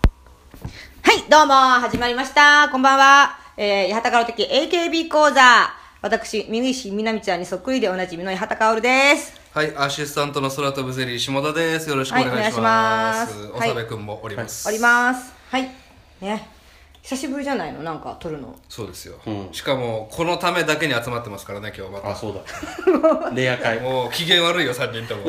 はい、どうも、始まりました。こんばんは。えー、八幡薫的 AKB 講座。私、三岸みなみちゃんにそっくりでおなじみの八幡薫です。はい、アシスタントの空飛ぶゼリー下田です。よろしくお願いしまはいお願いします。すおさべくんもおります。おります。はい。ね。久しぶりじゃないのなんか撮るの。そうですよ、うんしかも、このためだけに集まってますからね、今日まあた。そう だレア会もう機嫌悪いよ、3人とも。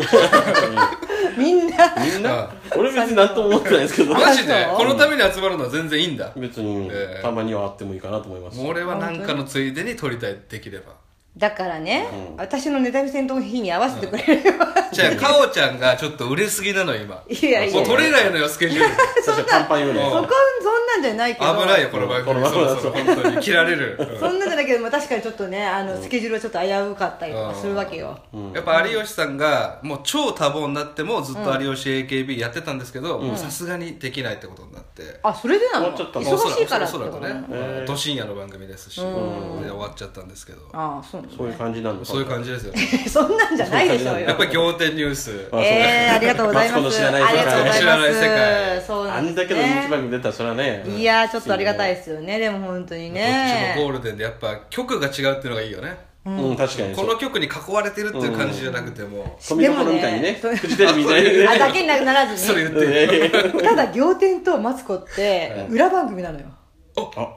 みん な。みんなあ俺別になんとも思ってないですけどマジでそうこのために集まるのは全然いいんだ。 別にええたまにはあってもいいかなと思いますもう俺はなんかのついでに撮りたい、できれば。だからね、うん私のネタ見せの日に合わせてくれれば。じゃあ、かおちゃんがちょっと売れすぎなの、今。いやいもやう。撮れないのよ、スケジュール。そしてパンパンよねそこ、そんなんじゃないけど。危ないよ、この番組。この番組そろそろ本当に切られる。うんそんなんじゃないけど、まあ確かにちょっとね、あの、スケジュールはちょっと危うかったりとかするわけよ。やっぱ有吉さんがもう超多忙になってもずっと有吉 AKB やってたんですけどもうさすがにできないってことになって、あ、それでなのもうちょっと忙しいからおってそこらとくねね。へー都深夜の番組ですしで終わっちゃったんですけどああ、そうなのそういう感じなんですそういう感じですよね そんなんじゃないでしょうよやっ。ぱ仰天ニュースあそうえー、ありがとうございまマツコのす。知らない世あり界がとうござい知まらす。ない世界そうなあんです、んだけの人気番組出たらそれはねいやー、ちょっとありがたいすですよね。でも本当にこっちもね。ゴールデンでやっぱ曲が違うっていうのがいいよねうん確かにこそうの曲に囲われてるっていう感じじゃなくても富所みたいにねでもねフジテレビみたいに あ、ねだけにならうずそれに。言ってるただ、仰天とマツコって、裏番組なのよ。 あ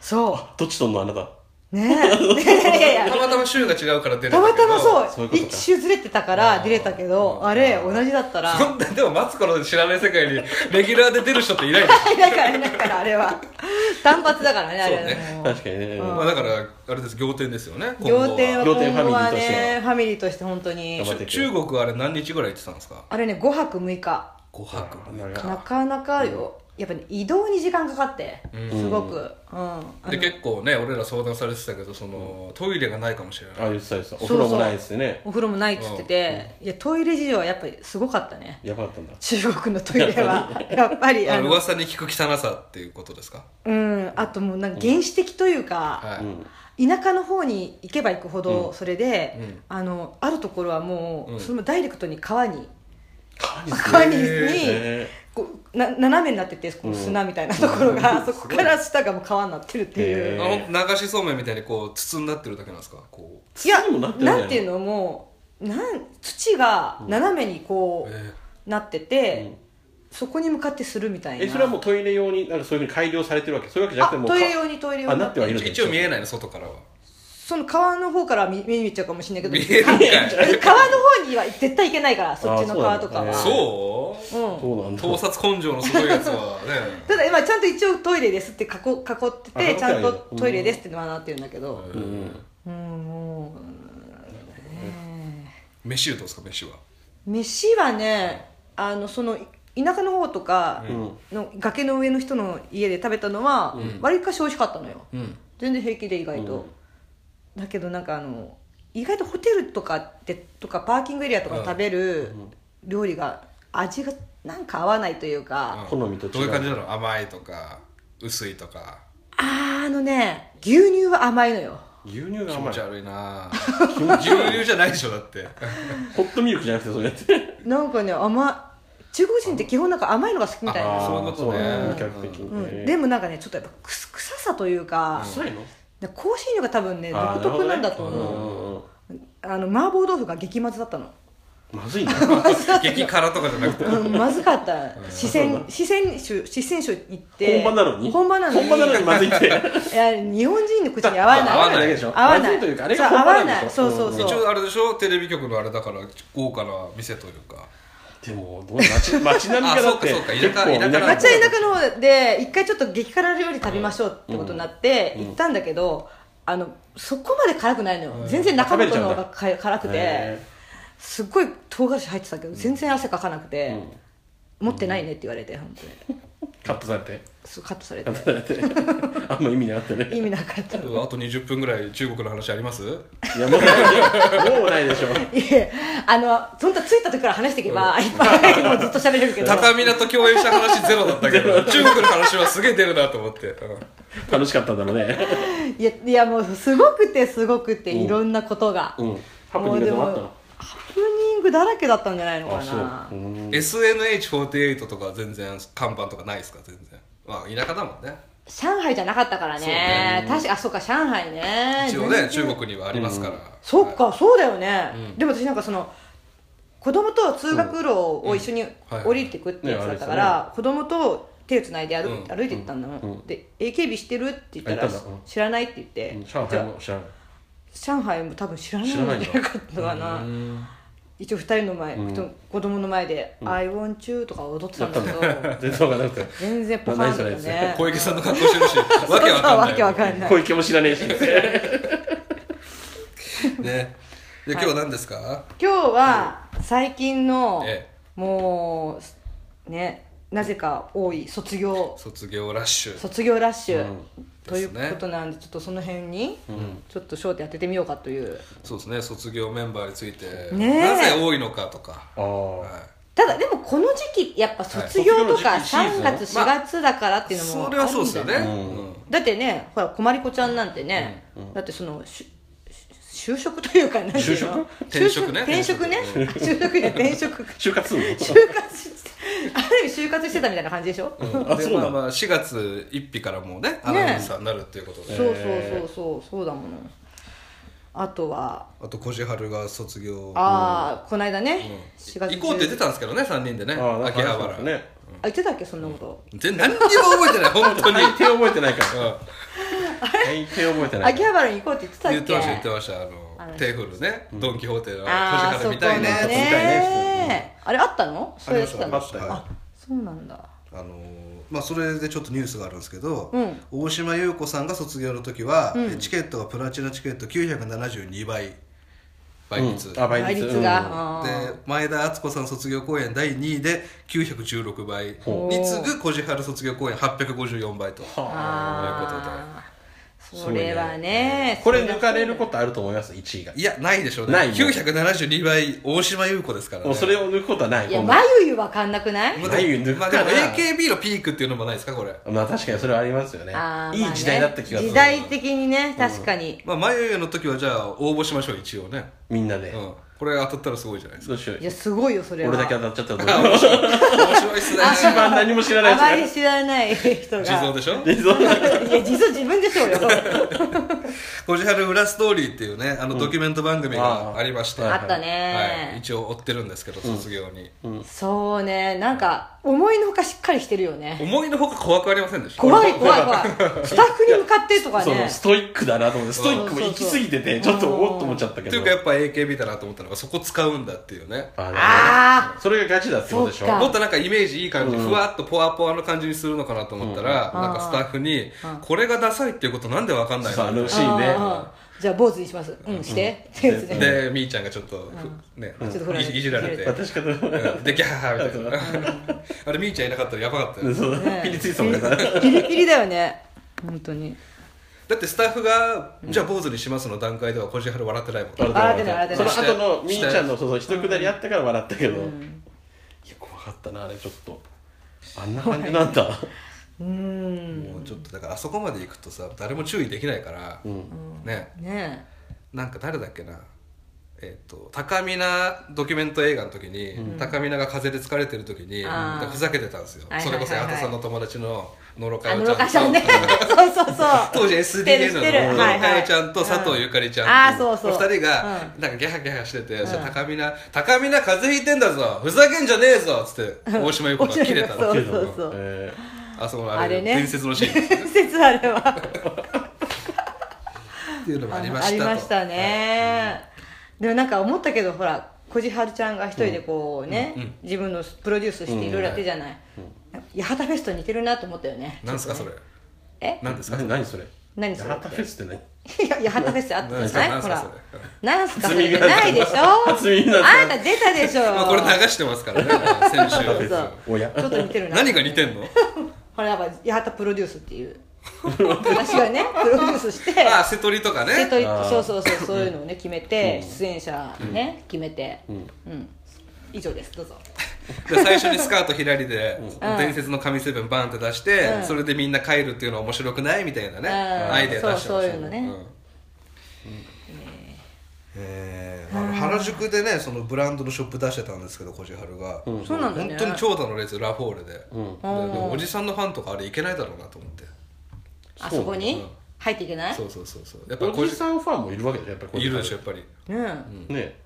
そどっちとんのあなたう。ねえ。いやいやいたや。またま週が違うから出れたまたまそうそいうう、ことか一周ずれてたから出れたけど、あれ、同じだったら。そんなでもマツコの知らない世界にレギュラーで出る人っていないでしょいないから、いないから、あれは。単発だからね、あれはね。もう確かにねまあだからあれです仰天ですよね今後は仰天は今仰天後ファミリはーとしてね、ファミリーとして本当に頑張。って中国はあれ何日ぐらい行ってたんですかあれね、5泊6日。 5泊なんなかかなかよ、やっぱね移動に時間かかって、すごく、うんあので結構ね俺ら相談されてたけどその、トイレがないかもしれないあ言ってた言ってたお風呂もないですよねお風呂もないっつってて、いやトイレ事情はやっぱりすごかったねやばかったんだ中国のトイレは やっぱりああのの噂に聞く汚さっていうことですかうんあともうなんか原始的というか、はい、田舎の方に行けば行くほどそれで、うんあのあるところはもう、うんそのままダイレクトに川に川に川にに、へこうな斜めになっててこの砂みたいなところが、そこから下がもう川になってるっていう、へーあの流しそうめんみたいにこう筒になってるだけなんですかこいや土にもなってるじゃなんんていうのもうなん土が斜めにこう、う、えなってうて、んそこに向かってするみたいなえそれはもうトイレ用になんかそういうふうに改良されてるわけそういうわけじゃなあくてもうトイレ用にトイレ用あになってはいるんー、だ一応見えないの外からはその川の方から見見に行っちゃうかもしれないけど見える んかい川の方には絶対行けないからそっちの川とかは、あそうそうん、そうなんだ盗撮根性のすごいやつはね ただ今ちゃんと一応トイレですって囲囲ってあ囲っててちゃんとはいるトイレですってのはなってるんだけどうんううんんもうね飯言うとですか飯は飯はねあのその田舎の方とかうんの崖の上の人の家で食べたのはわりかし美味しかったのよ、うん全然平気で意外と、だけどなんかあの意外とホテルとかってとかパーキングエリアとかで食べる料理が味がなんか合わないというか、好みと違うどういう感じなの甘いとか薄いとかあーあのね牛乳は甘いのよ牛乳が気甘持いち悪いな牛乳じゃないでしょだってホットミルクじゃなくてそれやってなんかね甘い中国人って基本なんか甘いのが好きみたいあな、そういうことねそう比較的うにん、ねでもなんかねちょっとやっぱくす臭さというか、臭いの香辛料が多分ねあー独特なんだとなるほ思うどねあの麻婆豆腐が激まずだったのうんまずいんだ 激辛とかじゃなくてうん、まずかった四川四川省四川省に行って本場なのに本場なのに本場なのにまずいっていや日本人の口に合わない合わないだけでしょ合わないまずいというかあれがそう本場なんでし合わょないそうそうそうん一応あれでしょテレビ局のあれだから豪華な店というかでもどう街街並みがだっあてそうかそうか結構田舎田舎めっ街ちゃ田舎の方で一回ちょっと激辛料理食べましょうってことになって行ったんだけど、あのそこまで辛くないのよ、全然中本の方がか辛くてへすっごい唐辛子入ってたけど全然汗かかなくて、持ってないねって言われて本当にーカットされてそうカットされてカットされて あんま意味なかったね意味なかったあと20分ぐらい中国の話ありますいやもうないもうないでしょいえあの本当着いた時から話していけば、いっぱいもうずっと喋れるけど高見菜と共演した話ゼロだったけ ど中国の話はすげえ出るなと思って、うん楽しかったんだろうねいやいやもうすごくてすごくていろんなことが、うんハプニングでもあったのハプニンングだらけだったんじゃないのかあそうなうーん SNH48 とか全然看板とかないですか全然まあ田舎だもんね上海じゃなかったからそうねね確かあそうか上海ね一応全ね然中国にはありますから、そっか、そうだよね、うんでも私なんかその子供と通学路を一緒にはい降りてくってやつだったから、子供と手をつないで歩,、うん歩いてったんだもん、うんで AKB 知ってるって言ったらあ言ったんだうん知らないって言って、うん上海も知らない上海も多分知らないん知じらゃないなんだかったかな一応二人の前、うん子供の前で「I want you」とか踊ってたんだけど 全然わからなくて全然ポカンとか何それね小池さんの格好して るしわけわかんないわけわかんない小池も知らね えしねで今日何ですか、今日は最近の、えもうねなぜか多い卒業卒業ラッシュ卒業ラッシュ、うんというですねことなんでちょっとその辺に、んちょっと焦点当ててみようかというそうですね卒業メンバーについて、ねえなぜ多いのかとか、あーはただでもこの時期やっぱ卒業とかはい卒業の3時期月シーズン4月だからっい、ていうのもそあれるんはじゃそうないですよね、うんうんだってねほらこまりこちゃんなんてね、だってそのし就職というか何ていうの転就職職ね転職ね転就職や転職就活すんの就活してある意味就活してたみたいな感じでしょ、あでそうまなあのまあ4月1日からもうねアナウンサーになるっていうことで、そうそうそうそうそうだものあとはあと小春が卒業ああこの間ね、4月行こうって言ってたんですけどね3人でねあーなんか秋葉原、ねあ言ってたっけそんなこと、全何にも覚えてない 本当に、大抵覚えてないかうんら大抵覚えてない秋葉原に行こうって言ってたっけ言ってました言ってましたああののテーフルね、ドン・キホーテの小ああそこ春見のたいね見とかたいねあれあったのそれやってたありまのしたよあそうなんだあのーまあ、それでちょっとニュースがあるんですけど、うん大島優子さんが卒業の時は、チケットがプラチナチケット972倍倍率、うんあ倍倍率率が、あーで前田敦子さん卒業公演第2位で916倍にほう次ぐ小路春卒業公演854倍とあーすそごいねれはねこれ抜かれそることあると思います1位がいやないでしょうねないね972倍大島優子ですから、ね、もうそれを抜くことはないりゃいやこんな眉ゆわかんなくないまあ眉抜くまあかでなも AKB のピークっていうのもないですかこれまあ確かにそれはありますよねあーいまあいね時代だった気がする時代的にね確かに、まあ眉毛の時はじゃあ応募しましょう一応ね、みんなでうん、これ当たったらすごいじゃないですかどうしよういやすごいよそれは俺だけ当たっちゃったらどうしよう 面白いっすね一番何も知らないあまりやつ知らない人が地蔵でし ょでそういや実は自分でしょうよ小路春裏ストーリーっていうねあのドキュメント番組あがあありまして、はいあはったい、ね、一応追ってるんですけど卒業に、そうねなんか思いのほかしっかりしてるよね思いのほか怖くありませんでした怖い怖い怖いスタッフに向かってとかそねうストイックだなと思ってストイックも行き過ぎててちょっとおっと思っちゃったけっていどうかやっぱ AKB だなと思ったのがそこ使うんだっていうねあああそれがガチだってことでしそょっかもっとなんかイメージいい感じ、ふわっとポワポワの感じにするのかなと思ったら、なんかスタッフに、これがダサいっていうことなんでわかんないそうあののあシーンねじゃあ坊主にしますうんしてってやつねでみーちゃんがちょっとふ、ねちょっと振られいてじいじられて、私からうんでギャーみたいなあれみーちゃんいなかったらやばかったよそうねピリついてた もんねピリピリだよね本当にだってスタッフが「じゃあ坊主にします」の段階では小路春笑ってないもん笑ってない笑ってそなのい後のみーちゃんのそうそう一くだりあったから笑ったけど、いや怖かったなあれちょっとあんな感じなんだうーんもうちょっとだからあそこまで行くとさ誰も注意できないから、ねねなんか誰だっけなえっと高見なドキュメント映画の時に、高見なが風邪で疲れてる時にあーふざけてたんですよ、はいはいそはいれはこいそ矢田さんの友達の野呂えあかのろよちゃんとかちゃんねそうそうそう 当時知ってる SDN 知のっ野てる呂はいかはよいちゃんと佐藤ゆかりちゃんあーっていそうそうお二人がうなんかギャハギャハしてて、そしたら高見な「高見な風邪ひいてんだぞふざけんじゃねえぞ」っつって大島優子が切れたのそ切うれたそうのそうえあそこのああれれね伝説のシーンです伝説あれはっていうのもありまあしりたとましたね、でもなんか思ったけどほらこじはるちゃんが一人でこうね、自分のプロデュースしていろいろやってじゃない、八幡フェスト似てるなと思ったよねなんすかそれえなんですかー、な何それ何それラタフェスって何いや八幡フェスあったじゃない何ほすからなんすか初それ耳じゃだったないでしょ初耳だったあなた出たでしょまあこれ流してますからね 先そうそ週うおやちょっと似てるな何が似 てんのほらやっぱ八幡プロデュースっていう私がねプロデュースしてああ瀬戸りとか瀬ね戸ありーそうそうそうそういうのをね決めて出演者ね、決めてうん、以上ですどうぞで最初にスカート左で伝説の神セブンバンって出して、うんそれでみんな帰るっていうのは面白くないみたいなね、うんアイデア出してましたそうそういうのねんえーまあ、原宿でねそのブランドのショップ出してたんですけどこじはるが、うんそうなんだね本当に長蛇の列ラフォールで,で、うんでもおじさんのファンとかあれいけないだろうなと思ってあそこそうにだね入っていけないそうそうそうそうやっぱおこじじさんファンもいるわけでしょやっぱりいるでしょやっぱり、うんね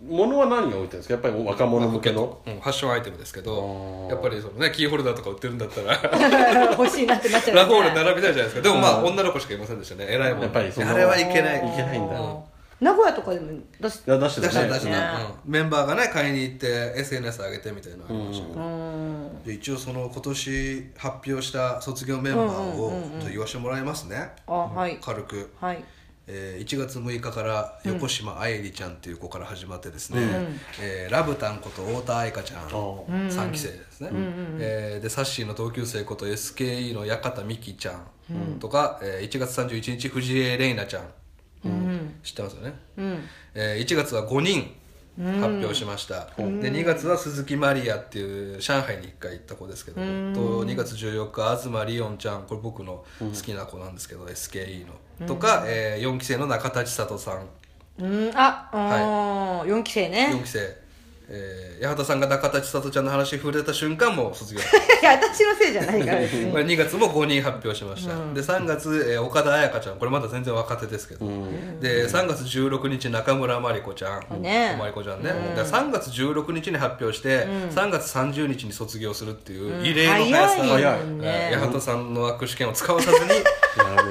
物は何が置いてるんですかやっぱり若者向けのうん、ファッションアイテムですけどあーやっぱりそのねキーホルダーとか売ってるんだったら欲しいなってなっちゃうラフォール並びたいじゃないですかでもまあ女の子しかいませんでしたね偉いもんやっぱりそのあれはいけないいけないんだあー名古屋とかでもだしいや出して出したたね出した、ねうんメンバーがね買いに行って SNS 上げてみたいなのありましたけど、うんで一応その今年発表した卒業メンバーをちょっと言わせてもらいますね、あはい軽く、はいえー1月6日から横島愛理ちゃんっていう子から始まってですね、えーラブタンこと太田愛花ちゃんう3期生ですね、えーでサッシーの同級生こと SKE の館美希ちゃんとか、えー1月31日藤江玲奈ちゃん、知ってますよね、えー1月は5人発表しました、で2月は鈴木マリアっていう上海に1回行った子ですけど、と2月14日東リオンちゃんこれ僕の好きな子なんですけど、SKE のとか、え4期生の中田千里さんうんああ4期生ね4期生、えー八幡さんが中田千里ちゃんの話触れた瞬間もう卒業 いや私のせいじゃない から別にまあ2月も5人発表しました、で3月、えー岡田彩香ちゃんこれまだ全然若手ですけど、で3月16日中村真理子ちゃん、ね真理子ちゃんね、だから3月16日に発表して、3月30日に卒業するっていう異例の速さ、早いよねえー八幡さんの握手券を使わ さずに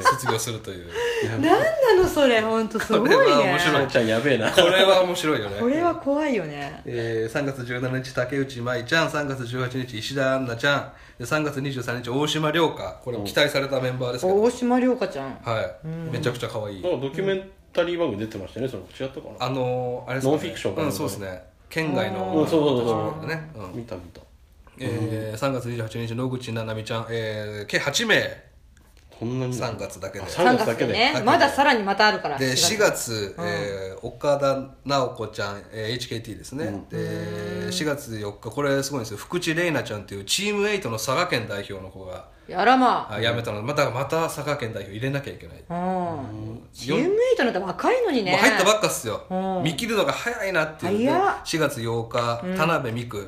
卒業するという何なのそれ本当すごいねこれは面白んちゃんやべえなこれは面白いよねこれは怖いよねえー3月17日竹内舞ちゃん3月18日石田杏奈ちゃんで3月23日大島涼香これも期待されたメンバーですけど、大島涼香ちゃんはい、めちゃくちゃ可愛い、なんかドキュメンタリー番組出てましたよねその違ったかなあのーあれですノンフィクションかうなんそうですね県外のうんそうそうそう方ね、うん見た見たえー3月28日野口ななみちゃん、えー計8名こんなに3月だけで、あ3 3月月だけででねまださらにまたあるからで4 4月、えー岡田直子ちゃん、えー HKT ですね、で4月4日これすごいんですよ福地玲奈ちゃんっていうチーム8の佐賀県代表の子がやらまあ辞めたのでまたまた佐賀県代表入れなきゃいけない、うんチームメイトなんて若いのにねもう入ったばっかっすよ、うん見切るのが早いなっていう早っ4月8日、田辺美久、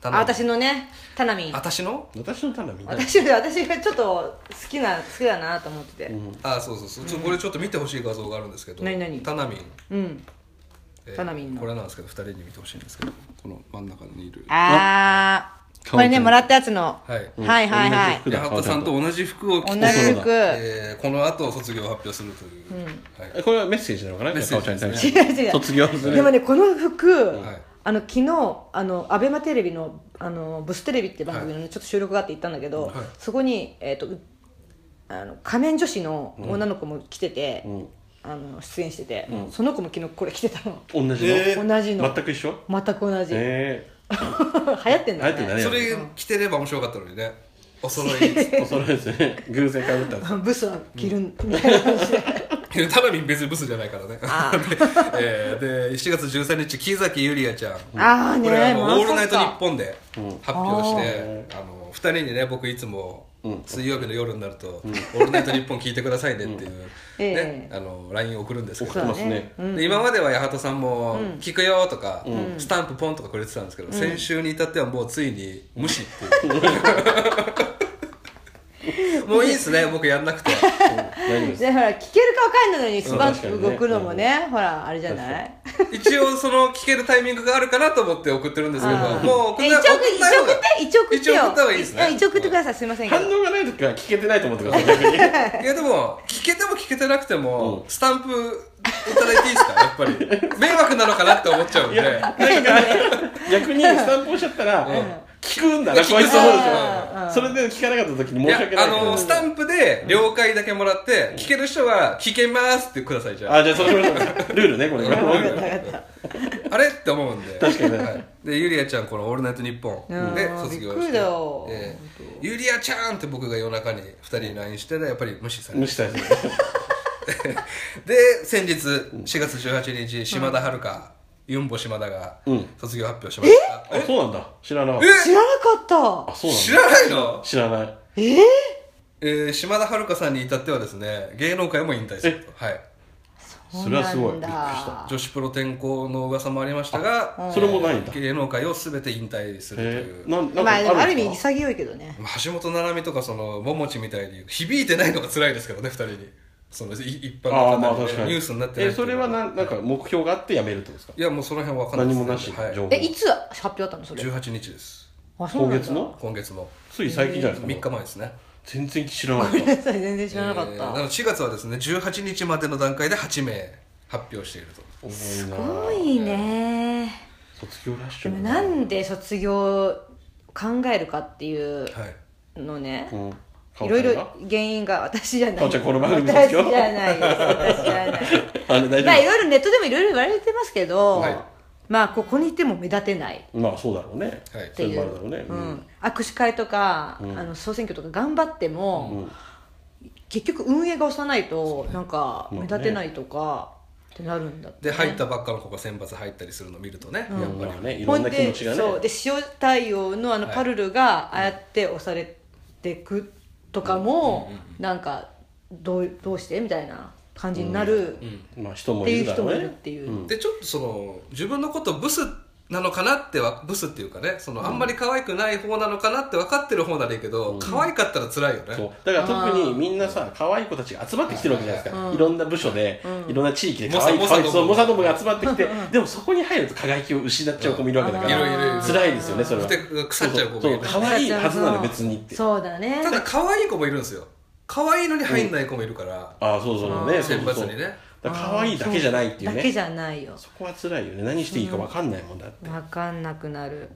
田あ辺私のねタナミン私の私の棚見たい私私がちょっと好きな好きだなと思っててあそうそうそう、ちょこれちょっと見てほしい画像があるんですけど何何田辺、うんえー田辺のこれなんですけど2人に見てほしいんですけどこの真ん中にいるあーこれねもらったやつのはいはいはいはい同じ服だ八幡さんと同じ服を着同てじそう服違えーこの後卒業を発表するという、はいえこれはメッセージなのかなメッセージかおちゃんに対うして 違う卒業するでもねこの服はいあの昨日あのアベマテレビのあのブステレビって番組のね、ちょっと収録があって行ったんだけど、はいそこにえっ、とうあの仮面女子の女の子も来てて、あの出演してて、その子も昨日これ着てたの同じの、え同じの全く一緒全く同じ、え 流行ってんだよ流行ってんだねねそれ着てれば面白かったのにねお揃いにえー、お揃いですね偶然かぶったんですブスは着るんみたいな感 じで、 いやタナミン別にブスじゃないからねあ で,、えーで7月13日木崎ゆりあちゃんあーねこれあのまさかオールナイトニッポン」で発表して、あの2人にね僕いつも水曜日の夜になると「オールナイトニッポン」聞いてくださいねっていう、ねええあの LINE 送るんですけ送どってますねで今までは八幡さんも「聞くよ」とか、スタンプポンとかくれてたんですけど、先週に至ってはもうついに「無視」って いうもういいっすね僕やんなくて大丈夫ですでほら聞けるかわかんないのにスパンうとん確かに動ねくのもね、ほらあれじゃない一応その聞けるタイミングがあるかなと思って送ってるんですけどあーもう送んえ一な応送送っんない方がて一応送ってよ一応送った方がいいですね一応送ってくださいすいませんけど反応がない時は聞けてないと思ってください逆にいやでも聞けても聞けてなくても、うんスタンプいただいていいですかやっぱり 迷惑なのかなって思っちゃうんで 逆にスタンプ押しちゃったら、聞くんだなこいつと思うでしょそれで聞かなかった時にい申しや訳なあいからのスタンプで了解だけもらって、聞ける人は聞けますってくださいじゃああじゃあそうしましょうルールねこれあれって思うんで確かにねはいでゆりあちゃんこの「オールナイトニッポン」でうん卒業びっくしりてだよでゆりあちゃんって僕が夜中に2人に LINE してねやっぱり無視されて無視したいですねで先日4月18日島田遥香、ユンボ島田が卒業発表しました、あそうなんだ知らなかっえ知らなかったたあそうなんだ知らないの知らないえー、えー島田遥香さんに至ってはですね芸能界も引退するとはいそれはすごいそうびなっくんだりした女子プロ転向の噂もありましたが、あそれもないんだ芸能界を全て引退するとへいえう、なんなんかまあでもあるん意味ですか潔いけどねまあ橋本奈々美とかその桃地みたいに響いてないのが辛いですけどね二人にそのい一般ああのまあ方確かでにニュースになってないえそれはななんなんか目標があってやめるってことですかいやもうその辺は分かんない何ですもなしはい情報えいつ発表あったのそれ18日ですあそう今なんだ月の今月のつい最近じゃないです3か日前ですね全然知らなかった全然知らなかっえーなたので4月はですね18日までの段階で8名発表しているとすすごいね卒業ラッシでュももなんで卒業考えるかっていうはいのねうんいろいろか原因が私じゃないかおちゃんこの番組で私すじよゃないです私じゃないおちゃんがあれ大まあい丈ろいろネットでもいろいろ言われてますけど、はいまあここにいても目立てない夫まあそうだろうねはいってそれいもうあるだろうねううんん、握手会とか、んあの総選挙とか頑張っても、うん結局運営が幼いとなんかまあね目立てないとかってなるんだって、で入ったばっかの子が選抜入ったりするのを見るとね、やっぱりまあねいほろんんな気持ちがでねそうで塩対応のあのはいパルルがああやって押されてくとかも、なんかどうどうしてみたいな感じになるまあ人っもていいうるだ人ろもういねるっていう、うんでちょっとその自分のことブスなのかなってはブスっていうかねそのあんまり可愛くない方なのかなって分かってる方ならいいけど、可愛かったら辛いよね、そうだから特にみんなさ可愛い子たちが集まってきてるわけじゃないですかいろんな部署でいろんな地域で可愛い猛可者愛いそう猛猛者者どもが集まってきてでもそこに入ると輝きを失っちゃう子もいるわけだかいろいろいらる辛いですよねそれはふて腐っちゃう子もそいるそ可愛いはずなの別にってそうだねただ可愛い子もいるんですよ可愛いのに入んない子もいるから、ああそうそうねそうそうそう選抜にねだから可愛いだけじゃないっていうだけねじゃないよそこは辛いよね何していいか分かんないもんだって分かんなくなる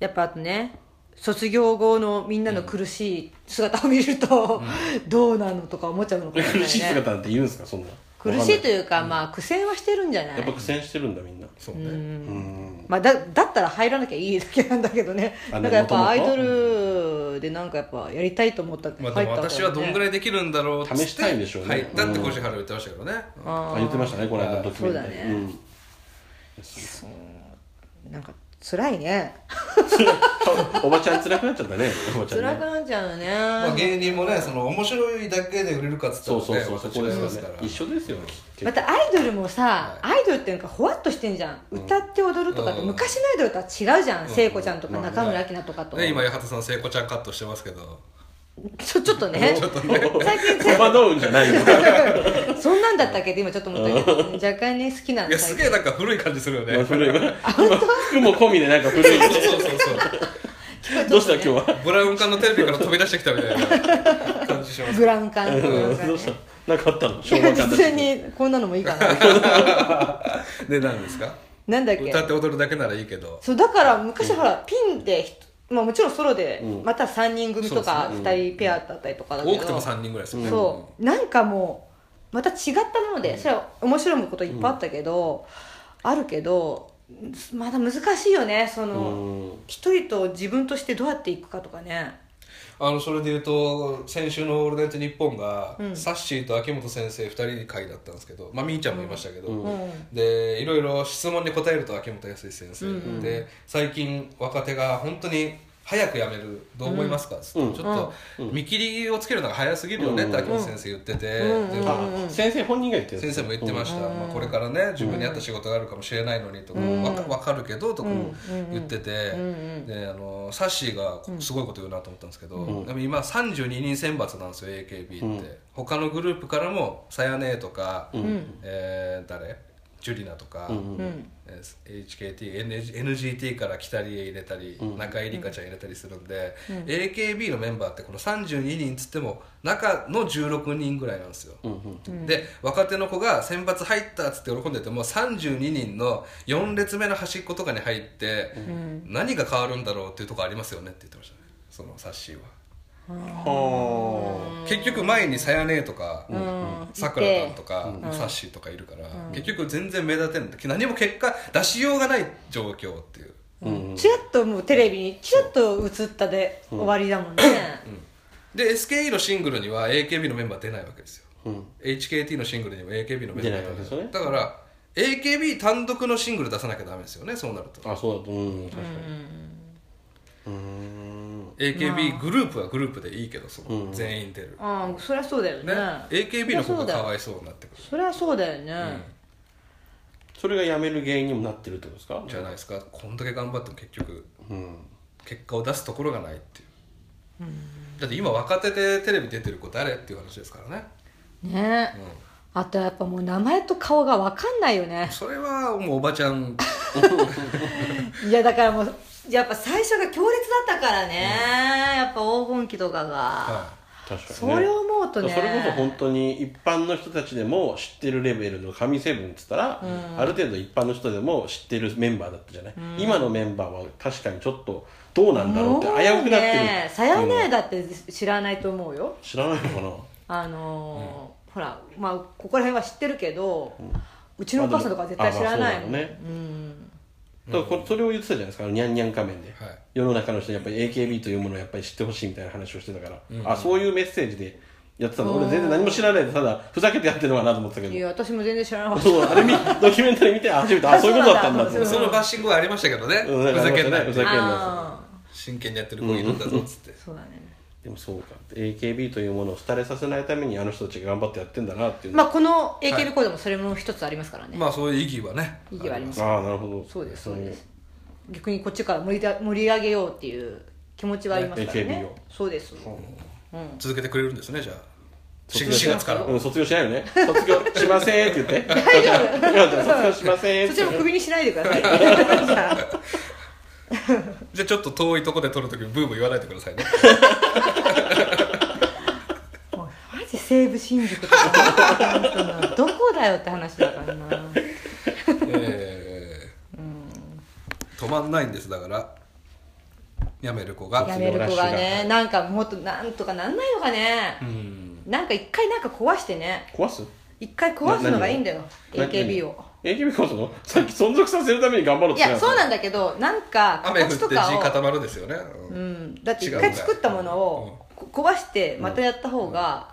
やっぱあとね卒業後のみんなの苦しい姿を見ると、どうなのとか思っちゃうのかもしれない、ね、苦しい姿なんて言うんですかそんな苦しいとういうか、まあ苦戦はしてるんじゃなやっぱい苦戦してるんだみんなそうね、うんまあ、だだったら入らなきゃいいだけなんだけどね なあのんかやっぱア元イ々ドルでなんかやっぱやりたいと思ったってま入あ、ったでも私はどんぐいらいできるんだろうっつって試したいんでしょうね入ったって腰原言ってましたけどね、あ言ってましたねこの間のドキュメンタリーそうだねうんなんか辛いねおばちゃん辛くなっちゃったねおばちゃん辛くねなっちゃうね、まあ、芸人もねその面白いだけで売れるかっつったそら、うね、そうそまたうそこ違でいますすよかねら一緒ですよまたアイドルもさ、アイドルってなんかほわっとしてんじゃん、歌って踊るとかってうん昔のアイドルとは違うじゃん、聖子ちゃんとかまあ中村明菜とかと、ね、今八幡さん聖子ちゃんカットしてますけどちょちょっと ね最近 戸惑うんじゃないよそんなんだったっけって今ちょっと思ったけ ど若干ね好きなんいやすげえなんか古い感じするよねそう古いわ今服も込みでなんか古いそうそうどうした今日はブラウン管のテレビから飛び出してきたみたい な感じしますブラウン管ブラウンど管うしねたなんかあったのい昭や和感普だ通しにこんなのもいい かなで何ですかなんだっけ歌って踊るだけならいいけどそうだから昔ほらピンってひと、まあ、もちろんソロでまた3人組とかそう2人ペアだったりとかだけど多くても3人ぐらいですよねそうなんかもうまた違ったものでそれは面白いこといっぱいあったけど、あるけどまだ難しいよねそのうん一人と自分としてどうやっていくかとかねあのそれでいうと先週の「オールナイトニッポン」が、サッシーと秋元先生2人会だったんですけど、まあ、みーちゃんもいましたけど、でいろいろ質問に答えると秋元康先生、で最近若手が本当に早く辞めるどう思いますか、つってうんちょっと、見切りをつけるのが早すぎるよねって秋元先生言ってて、でまああ先生本人が言ってる先生も言ってました、まあ、これからね自分に合った仕事があるかもしれないのにとか、わかわかるけどとかも言ってて、であのサッシーがすごいこと言うなと思ったんですけど、でも今32人選抜なんですよ AKB って、他のグループからもさやねとか、えー誰ジュリナとか、えー HKT、NG NGT から北里へ入れたり、中井里香ちゃん入れたりするんで、AKB のメンバーってこの32人つっても中の16人ぐらいなんですよ、で若手の子が選抜入ったっつって喜んでても32人の4列目の端っことかに入って、何が変わるんだろうっていうとこありますよねって言ってましたねそのサッシーは。は結局前にさやねとかんさくらたんとかさっしーとかいるから結局全然目立てない何も結果出しようがない状況っていうチラッともうテレビにチラッと映ったで終わりだもんね、で SKE のシングルには AKB のメンバー出ないわけですよあうん HKT のシングルにも AKB のメンバー出ないわけですよねだから AKB 単独のシングル出さなきゃダメですよねそうなるとあそうだとうん確かにうーん AKB グループはグループでいいけどそのうん全員出る、ああそりゃそうだよねね AKB の方がかわいいそうになってくるそりゃそうだよね、それがやめる原因にもなってるってことですかじゃないですかこんだけ頑張っても結局うん結果を出すところがないっていう、だって今若手でテレビ出てる子誰っていう話ですからね、ねあとやっぱもう名前と顔が分かんないよねそれはもうおばちゃんいやだからもうやっぱ最初が強烈だったからね、やっぱ黄金期とかが、は確かに、ね、それを思うとねそれこそ本当に一般の人たちでも知ってるレベルの神セブンっつったら、ある程度一般の人でも知ってるメンバーだったじゃない、今のメンバーは確かにちょっとどうなんだろうって危うくなってるねさやねえだって知らないと思うよ知らないのかなあのーほらまあここら辺は知ってるけど、うちのお母さんとかは絶対知らないもん、まあでもあまあうんだからこれそれを言ってたじゃないですかあのニャンニャン仮面で、はい世の中の人にやっぱり AKB というものをやっぱり知ってほしいみたいな話をしてたから、あそういうメッセージでやってたの俺全然何も知らないでただふざけてやってるのかなと思ってたいけや私も全然知らなかったどそうあれ見ドキュメンタリー見てあ初めてあそういうことだったんだと思ってい、そのバッシングはありましたけどね、うんふざけんなよありましたねふざけんなあ真剣にやってる子いるんだぞっつって、ーそうだねでもそうか AKB というものを廃れさせないためにあの人たちが頑張ってやってんだなっていう、まあこの AKB コードもそれも一つありますからね、まあそういう意義はね意義はありますああなるほどそうですそのうです逆にこっちから盛りだ盛り上げようっていう気持ちはありますからね、 AKB をそうです、続けてくれるんですねじゃあ卒 4, 業し月からは、うん、卒業しないよね卒業しませんって言って大丈夫卒業しませんそちってらも言クってビにしないでくださいじゃあじゃあちょっと遠いとこで撮るときブーム言わないでくださいねもうマジ西武新宿とか本当などこだよって話だからなえー止まんないんですだからやめる子がやめる子がねなんかもっとなんとかなんないのかね、うんなんか一回なんか壊してね壊す一回壊すのがいいんだよな AKB を AKB 壊すのさっき存続させるために頑張ろうっいて言やってたそうなんだけどなんか雨降って形地とかを固まるですよね、ううんん、だって一違うん回だよ作ったものをこ壊してまたやった方が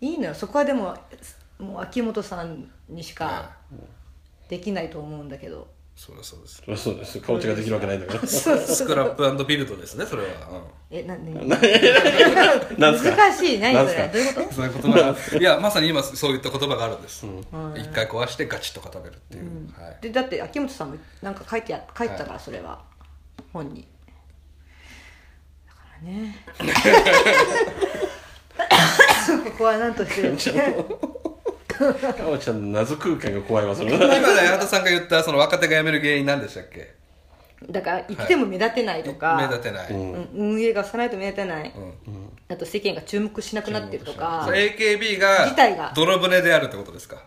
いいのよそこはでももう秋元さんにしかできないと思うんだけどそうだそうですそりゃそうですコーチができるわけないんだからそうそうスクラップビルドですねそれは、えなね なんですか難しいなん何すそかれどういうこうん、そういう言葉がいやまさに今そういった言葉があるんです、うん一回壊してガチッと固めるっていう、はとでだって秋元さんもなんか書いてや書いてたかはらそれは本にだからね ここはなんとしてかおちゃんの謎空間が怖いわそれい、今ね八幡さんが言ったその若手が辞める原因何でしたっけだから生きても目立てないとか、目立てない、うんうん運営がさないと目立てない、うんあと世間が注目しなくなってるとかそ、れ AKB が自体が泥船であるってことですか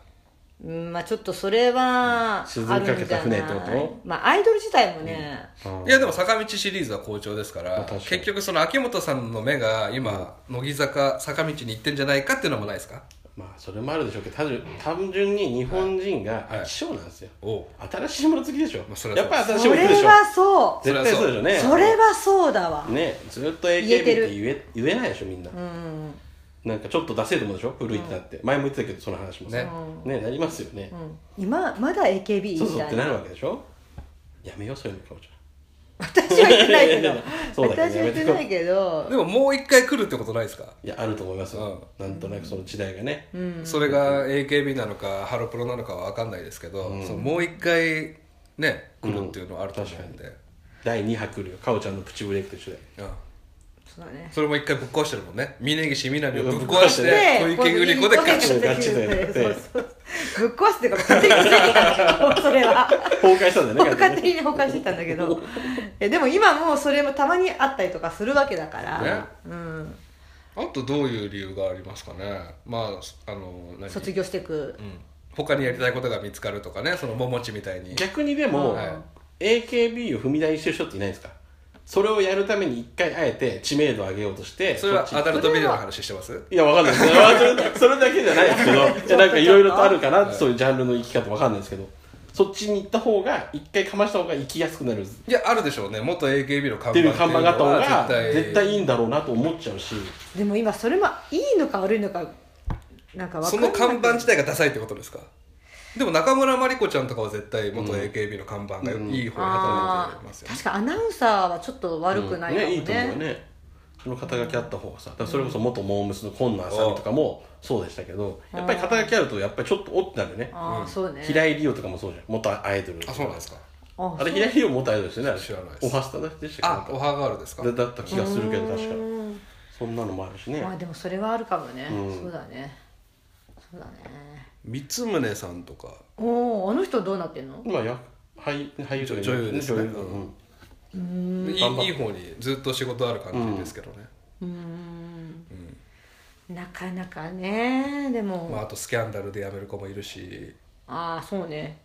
うんまあ、ちょっとそれは沈あみるかんけじたゃな船いってことまあ、アイドル自体もね、いやでも坂道シリーズは好調ですかあら確かに結局その秋元さんの目が今乃木坂坂道に行ってんじゃないかっていうのもないですか まあそれもあるでしょうけど単純単純に日本人がい飽き性なんですよ、おう新しいもの好きでしょ、まあそれはやっぱり新しいそもの好きでれしょはそうれ絶は対そうそうでしょねそれはそうだわ、ねずっと言 AKB っえてるて言え言えないでしょみんな、うんなんかちょっとダセえと思うでしょ古いってなって、前も言ってたけどその話もさねねなりますよね、今まだ AKB みそうそうったていななるわけでしょやめようそういうのかおち私は言ってないけいやどいやいや そうだけど私は言ってないけどでももう一回来るってことないですか、ゃんいやあると思いますよ、なんとなくその時代がね、それが AKB なのかハロプロなのかは分かんないですけど、そのもう一回ね来るっていうのはあると思うんで、第2波来るよかおちゃんのプチブレイクと一緒でうんそうだねそれも一回ぶっ壊してるもんね峰岸みなりをぶっぶっ壊壊ししてて小池百合子で勝ち勝ちだよねそうそうそうぶっ壊すっていうか勝手に防いでたんだけどそれは崩壊したんだよね完勝全手にに崩壊してたんだけどえでも今もうそれもたまにあったりとかするわけだから、ねうん、あとどういう理由がありますかねまああの何卒業していくうん他にやりたいことが見つかるとかねその桃地みたいに逆にでも、は AKB を踏み台にしてる人っていないんですかそれをやるために一回あえて知名度を上げようとしてそれはこっちアダルトビデオの話してますいや、わか んないですそれはそれ。それだけじゃないですけど、いや、なんかいろいろとあるかな、そういうジャンルの生き方わかんないですけど、そっちに行った方が、一回かました方が生きやすくなるっいやあるでしょうね元 AKB の看板ていう看板があった方っていうのはが、絶対いいんだろうなと思っちゃうし、でも今それもいいのか悪いのかなんか分かそんなのい看板自体がダサいってことですかでも中村真理子ちゃんとかは絶対元 AKB の看板がいい方に働いあてますーよね、確かアナウンサーはちょっと悪くないかもね,、ね、いいと思うよね。その肩書きあった方がさだからそれこそ元モームスの今野あさみとかもそうでしたけどやっぱり肩書きあるとやっぱりちょっとおってなるよねああそうね平井理央とかもそうじゃん元アイドルあそうなんですかああれ平井理央元アイドルですよねあれ知らないですオハスタでしたっあけオなんかハガールですかだだった気がするけど確かうんそんなのもあるしねまあでもそれはあるかもね、うんそうだねそうだね三宗さんとかおおあの人どうなってんの今や俳俳優とか女優ですね女優うんい頑張っいいい方にずっと仕事ある感じですけどね、うーんなかなかねでも、まあ、あとスキャンダルで辞める子もいるしああそうね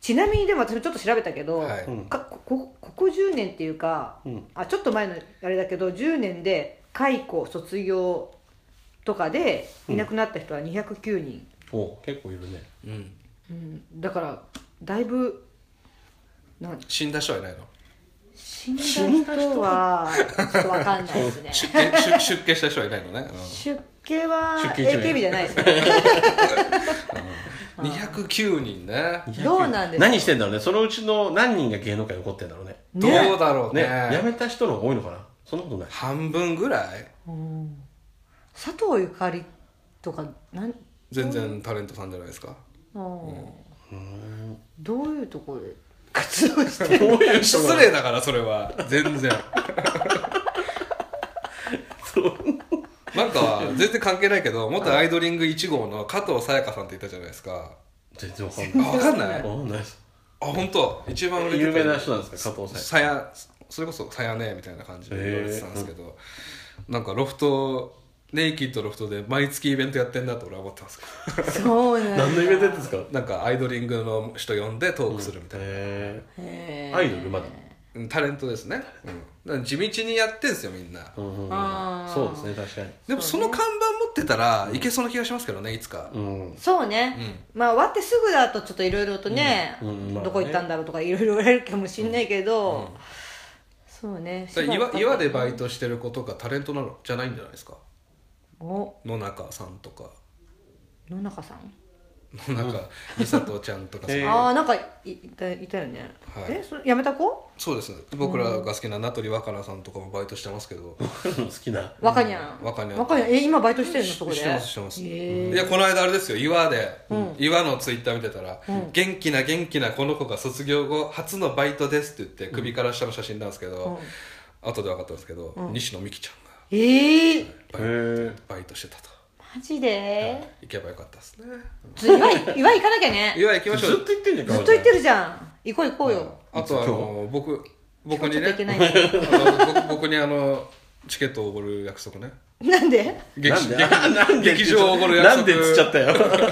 ちなみにでも私ちょっと調べたけど、はいうんかここここ10年っていうか、うんあちょっと前のあれだけど10年で解雇卒業とかでいなくなった人は209人、お結構いるねうんうんだからだいぶなん死んだ人はいないの死んだ人はちょっとわかんないですね出家出出家した人はいないのね、出家は出家一緒に AKB じゃないです ねうん、209人ねどうなんですか何してんだろうねそのうちの何人が芸能界に残ってんだろうねどうねだろうねね辞めた人の方が多いのかなそんなことない半分ぐらい佐藤ゆかりとかなん全然タレントさんじゃないですかあーどういうところで活動してるどういう人失が礼だからそれは全然なん か全然関係ないけど元アイドリング1号の加藤さやかさんっていたじゃないですか全然わかんあな分かんないあいわかんないです本当一番売れてた有名な人なんですか加藤さんさやそれこそ「さやね」みたいな感じで言われてたんですけど、なんかロフトネイキッドロフトで毎月イベントやってんだと俺は思ってますけ そうなんだ何のイベントやってんですかへどなんかアイドリングの人呼んでトークするみたいな、えへーアイドルまだうんタレントですね、うん、だから地道にやってんすよみんな、うんうんうんあーそうですね確かにでもその看板持ってたらいけそうな気がしますけどねいつか、うんそうね、まあ割ってすぐだとちょっといろいろとね、うんうんまあねどこ行ったんだろうとかいろいろ言われるかもしんないけど、そうねだから岩岩でバイトしてる子とかタレントなのじゃないんじゃないですかお野中さんとか野中さん野中美里ちゃんとかさ、へえーああなんかいいたいたよね、はいえそれやめた子そうです僕らが好きな名取若菜さんとかもバイトしてますけど好きな若にゃん若にゃん若にゃんえ今バイトしてるのそこでしてますしてます、へいやこの間あれですよ岩で、岩のツイッター見てたら、元気な元気なこの子が卒業後初のバイトです」って言って首から下の写真なんですけど、後で分かったんですけど、西野美紀ちゃえー、んへがバイえバイトしてたとマジで行けばよかったですねちょ岩井岩井行かなきゃね岩行きずまっしょうと言ってんじゃんかずっと行ってるじゃん行こう行こうよ、あとあの僕僕に今日ねちょっと行けあの僕僕にあのチケットをおごる約束ねなんで劇なんでなんで劇場をおごる約束なんでっつっちゃったよ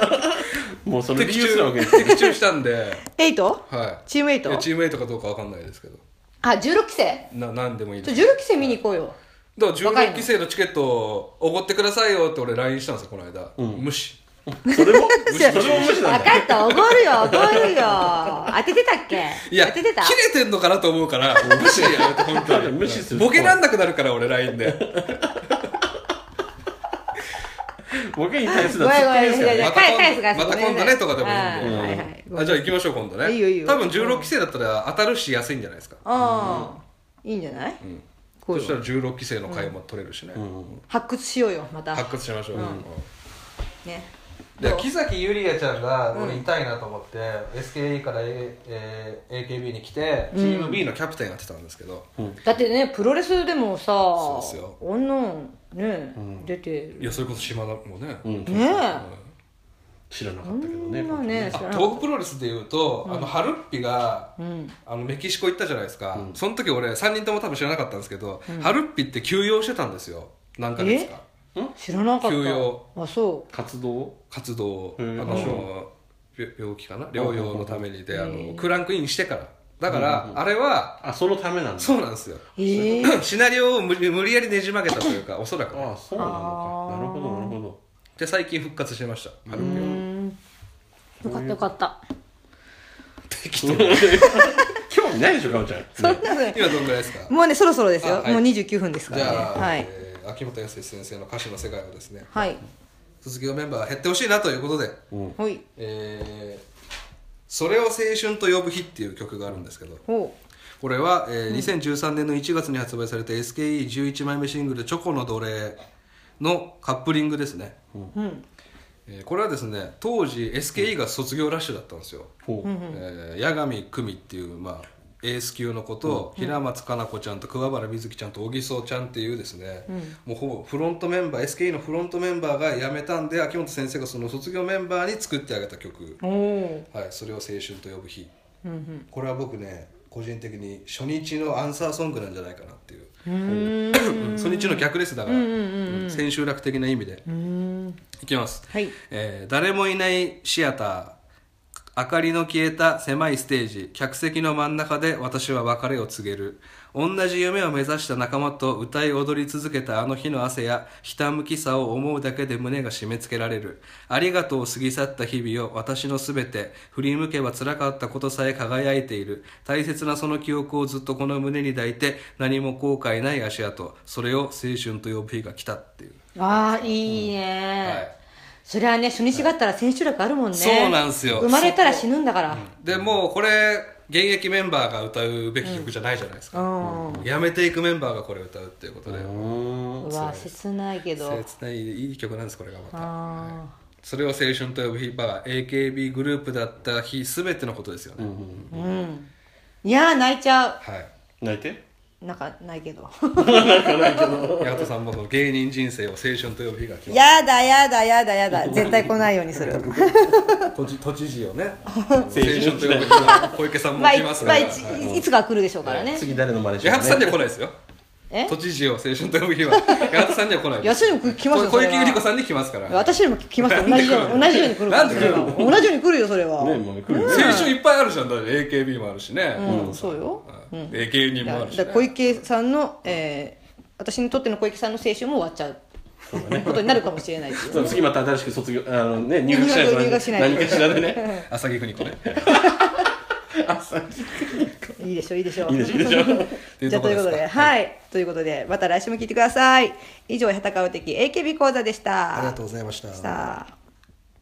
もうそれ的理由すらわけです中的中したんでエイトはいチームエイいトやチームエイトかどうかわかんないですけどあ16期生な何でもいいちでょ16す期生見に行こうよだか若らいの16期生のチケットをおごってくださいよって俺 LINE したんですよこの間、無視それも分それも無視なんかだったおごるよおごるよ当ててたっけいや当て切てれたてんのかなと思うから無視やめて本当に無視するボケらんなくなるから俺 LINE で僕に対するごはめツんごめんッコミですいかやいらねやまた返返す返すまた今度ねとかでもいあーいんではいはいあじゃあ行きましょう今度ねいいよいいよ多分16期生だったら当たるし安いんじゃないですかあーいいんじゃないこうそいしうたのら16期生の会も取れるしね、発掘しようよまた発掘しましょう、ねでどう木崎ゆりやちゃんが俺痛いなと思って、SKE から、A えー AKB に来てチーム B のキャプテンやってたんですけど、だってねプロレスでもさうですよ女のね出ていやそれこそ島田もね、うねんえ知らなかったけどそねんなねあ東北プロレスでいうと、あのハルッピが、あのメキシコ行ったじゃないですか、その時俺3人とも多分知らなかったんですけど、ハルッピって休養してたんですよ何ヶ月か知らなかっ休養たあそう活動活動をあへえの病病気かな療養のためにであのクランクインしてからだから、あれはあそのためなんだそうなんですよええ シナリオを無無理やりねじ曲げたというかおそらくね、ああそうなのあーかなるほどなるほどで最近復活しましたハルッピよかはったよかった適当 興味ないでしょかおちゃんそんなの今どんぐらいですかもうねそろそろですよあはいもう29分ですかじらねゃあ、はいえー秋元康先生の歌詞の世界をですねはい卒業メンバーは減ってほしいなということでほい「えーそれを青春と呼ぶ日」っていう曲があるんですけどほこれは、えー2013年の1月に発売された SKE11 枚目シングル「チョコの奴隷」のカップリングですね、うんえーこれはですね当時 SKE が卒業ラッシュだったんですよ、ほうえー、八神久美っていう、まあ、エース級の子と、平松かな子ちゃんと桑原瑞希ちゃんと小木曽ちゃんっていうですね、もうほぼフロントメンバー SKE のフロントメンバーが辞めたんで秋元先生がその卒業メンバーに作ってあげた曲、おおはい、それを「青春と呼ぶ日」これは僕ね個人的に初日のアンサーソングなんじゃないかなっていううん 初日の逆ですだから、うん千秋楽的な意味で、うんいきます、はいえー誰もいないシアター明かりの消えた狭いステージ客席の真ん中で私は別れを告げる同じ夢を目指した仲間と歌い踊り続けたあの日の汗やひたむきさを思うだけで胸が締め付けられるありがとうを過ぎ去った日々を私のすべて振り向けば辛かったことさえ輝いている大切なその記憶をずっとこの胸に抱いて何も後悔ない足跡それを青春と呼ぶ日が来たっていうああいいね、はいそれはね初日があったら千秋楽あるもんね、そうなんすよ生まれたら死ぬんだからでもうこれ現役メンバーが歌うべき曲じゃないじゃないですうか、ん、やめていくメンバーがこれを歌うっていうことで、うーんうわ切ないけど切ないいい曲なんですこれがまた、あそれを青春と呼ぶ日は AKB グループだった日全てのことですよね、あうんいやー泣いちゃはい泣いてうなんかないけど八幡さんもその芸人人生を青春と呼ぶ日が来まやだやだやだやだ絶対来ないようにするす都知都知事をね 青春と呼ぶ春日が小池さんもまあい来ますつかまあらいつはいいつか来るでしょうからね次誰の真似し八幡よさんにうねは来ないですよえ都知事を青春と呼ぶ日は八幡さんには来ないいやそういうの来ますよ小それは池百合子さんに来ますから私にも来ますよ同じように同じように来るかなんらでそ来れるは同じように来るよそれはねもう来るよ青春いっぱいあるじゃんだって AKB もあるしね、うんそうよえ芸人だもあかるし、ら小池さんの、えー私にとっての小池さんの青春も終わっちゃうことになるかもしれないですよそう次また新しく卒業あのね入学しないと入学しないと何かしらでね浅木邦子ねいいでしょういいでしょういいでしょいいで しょていうじゃとあこいうことですとかではいということでまた来週も聞いてください以上「はたかお的 AKB 講座」でしたうございましたした